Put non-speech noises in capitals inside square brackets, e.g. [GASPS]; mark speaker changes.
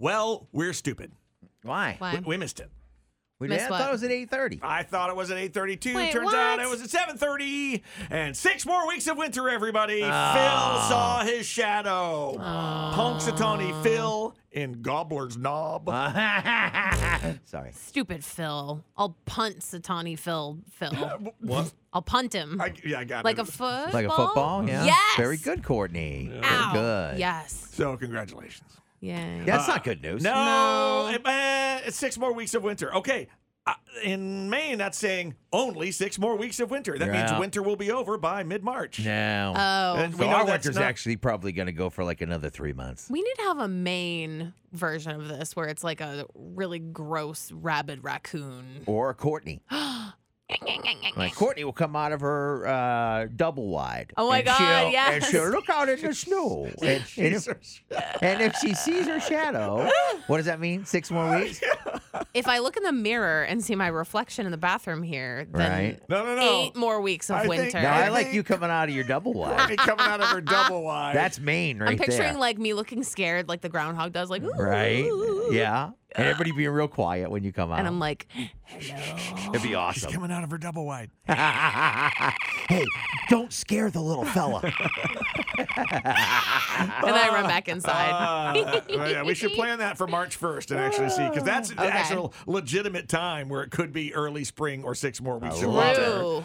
Speaker 1: Well, we're stupid.
Speaker 2: Why?
Speaker 1: We,
Speaker 3: Why?
Speaker 1: we missed it.
Speaker 2: We
Speaker 3: Miss
Speaker 2: did. I
Speaker 3: what?
Speaker 2: thought it was at eight thirty.
Speaker 1: I thought it was at 8:32.
Speaker 3: Wait,
Speaker 1: Turns out
Speaker 3: what?
Speaker 1: it was at 7:30. And six more weeks of winter, everybody. Phil
Speaker 2: Ah.
Speaker 1: saw his shadow.
Speaker 3: Ah.
Speaker 1: Punxsutawney Phil in Gobbler's Knob.
Speaker 2: Ah.
Speaker 3: Ah.
Speaker 2: [LAUGHS] Sorry.
Speaker 3: Stupid Phil. I'll punt Satani Phil. Phil.
Speaker 1: what?
Speaker 3: I'll punt him.
Speaker 1: I, yeah, I got
Speaker 3: like
Speaker 1: it.
Speaker 3: a football.
Speaker 2: Like a football. Yeah.
Speaker 3: Yes.
Speaker 2: Very good, Courtney.
Speaker 3: Ow.
Speaker 2: Very good.
Speaker 3: Yes.
Speaker 1: so congratulations.
Speaker 3: Yeah.
Speaker 2: That's not good news.
Speaker 1: No,
Speaker 3: No.
Speaker 1: it- eh, it's six more weeks of winter. Okay. Uh, in Maine, that's saying only six more weeks of winter. That means
Speaker 2: Yeah.
Speaker 1: winter will be over by mid March.
Speaker 2: No.
Speaker 3: Oh.
Speaker 1: And
Speaker 2: so
Speaker 1: we know
Speaker 2: our
Speaker 1: that's
Speaker 2: winter's
Speaker 1: not-
Speaker 2: actually probably going to go for like another three months.
Speaker 3: we need to have a main version of this where it's like a really gross rabid raccoon.
Speaker 2: Or
Speaker 3: [GASPS]
Speaker 2: Courtney. Like Courtney will come out of her uh, double wide.
Speaker 3: Oh my
Speaker 2: and
Speaker 3: God,
Speaker 2: she'll- And
Speaker 3: yes.
Speaker 2: she'll look out in
Speaker 3: [LAUGHS]
Speaker 2: the snow.
Speaker 1: [LAUGHS]
Speaker 2: And, and, if, [LAUGHS] and if she sees her shadow, what does that mean? Six more
Speaker 3: [LAUGHS]
Speaker 2: weeks?
Speaker 3: if I look in the mirror and see my reflection in the bathroom here, then
Speaker 2: Right.
Speaker 1: No, no, no.
Speaker 3: eight more weeks of
Speaker 1: I think-
Speaker 3: winter.
Speaker 2: Now, I like
Speaker 1: think-
Speaker 2: you coming out of your double wide.
Speaker 1: Courtney coming out of her double wide.
Speaker 2: That's Maine right
Speaker 3: I'm picturing
Speaker 2: there.
Speaker 3: like me looking scared, like the groundhog does, like "Ooh,"
Speaker 2: right? Yeah. And everybody being real quiet when you come out.
Speaker 3: and I'm "Oh, like, hello.
Speaker 2: It'd be
Speaker 1: She's
Speaker 2: awesome.
Speaker 1: coming out of her double wide.
Speaker 2: [LAUGHS] hey, don't scare the little fella.
Speaker 3: and then I run back inside.
Speaker 1: Uh, yeah, we should plan that for March 1st and actually see, because that's the
Speaker 3: Okay.
Speaker 1: actual legitimate time where it could be early spring or six more weeks. of
Speaker 2: love
Speaker 1: winter.
Speaker 3: Ooh.